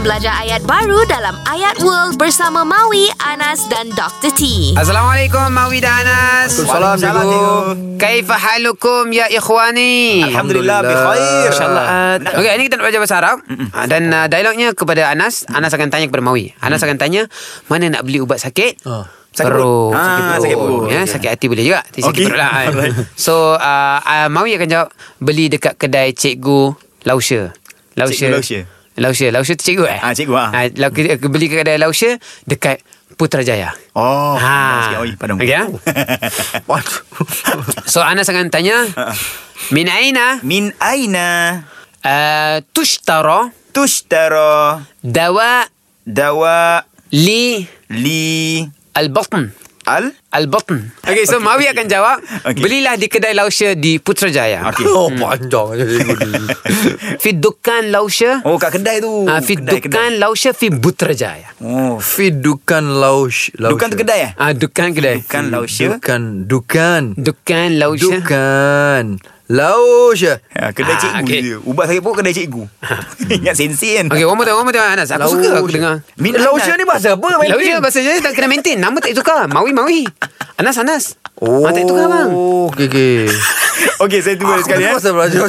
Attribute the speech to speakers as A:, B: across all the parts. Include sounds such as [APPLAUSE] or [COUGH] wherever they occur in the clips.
A: belajar ayat baru dalam Ayat World bersama Maui, Anas dan Dr. T.
B: Assalamualaikum Mawi dan Anas.
C: Waalaikumsalam,
B: Assalamualaikum. Kaifa halukum ya ikhwani? Uh,
C: Alhamdulillah, bikhair. InsyaAllah.
B: Okey, hari ini kita nak belajar bahasa Arab Ah, dan uh, dialognya kepada Anas, Anas akan tanya kepada Mawi. Anas akan tanya mana nak beli ubat sakit?
C: Mm. Ah.
B: Sakit
C: Sakit
B: perut.
C: perut. Ah, sakit perut.
B: Ya,
C: Okey.
B: sakit hati boleh juga. Sakit
C: Okey.
B: perut lah. kan.
C: Alright.
B: So, uh, uh, Mawi akan jawab beli dekat kedai cikgu Lausha.
C: Cikgu Lausha.
B: Lausha. Lausha tu cikgu eh?
C: Ah, cikgu, ah.
B: Ah, lau- ke- beli kat kedai Lausha dekat Putrajaya. Ah.
C: Oh, ha. sikit oi padang.
B: Okey,
C: [LAUGHS]
B: ah. So Anas akan tanya Min aina
C: Min aina
B: uh, Tushtara
C: tushtara
B: Dawa
C: dawa
B: Li
C: li
B: Al-Batn
C: al?
B: Al-Batn Okay so okay, Mawi akan jawab okay.
C: Okey.
B: Belilah di kedai Lausha Di Putrajaya okay.
C: Okey.
D: Oh panjang je cikgu ni.
B: [LAUGHS] Fi Dukan Lausha
C: Oh, kat kedai tu.
B: oh, uh, Fi
C: kedai, kedai.
B: Dukan Lausha Fi Putrajaya
C: Oh,
D: Fi dukan laush laush.
C: dukan tu kedai eh?
B: uh, Dukan kedai
C: Dukan Lausya.
D: Dukan Dukan
B: Dukan
C: ya.
B: Lausha
D: Dukan ya. Laush
C: Ha, kedai
B: Ah,
C: cikgu
B: okey.
C: dia. Ubat sakit perut kedai cikgu. Ingat sensi kan.
B: Okay one more time One more time Anas Aku suka aku dengar
C: Min
D: Lausha
C: aina.
D: ni bahasa apa? Main
B: Lausha
D: game?
B: bahasa je Tak kena maintain Nama tak tukar Mawi Mawi Anas Anas
D: Oh
B: Ah, Tak tukar bang
D: Okay okay
C: Okey, saya tunggu
D: Ah, Aku
C: sekali
D: tu
C: eh.
D: bahasa belajar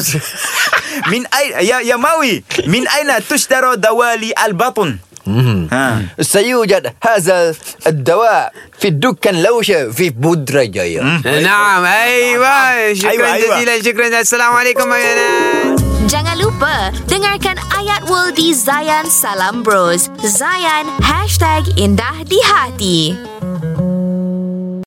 C: [LAUGHS] Min aina ya ya mawi. Min aina tushtara dawali al batun.
D: Hmm.
C: Ha.
D: سيوجد هذا الدواء في الدكان لوشة في
C: Hmm.
D: بودرجايا
B: نعم أيوة
C: أيوة،
D: ah.
B: شكرا
C: أيوة.
B: جزيلا شكرا السلام عليكم يا ناس
A: Jangan lupa dengarkan Ayat World di Zayan Salam Bros. Zayan #IndahDiHati.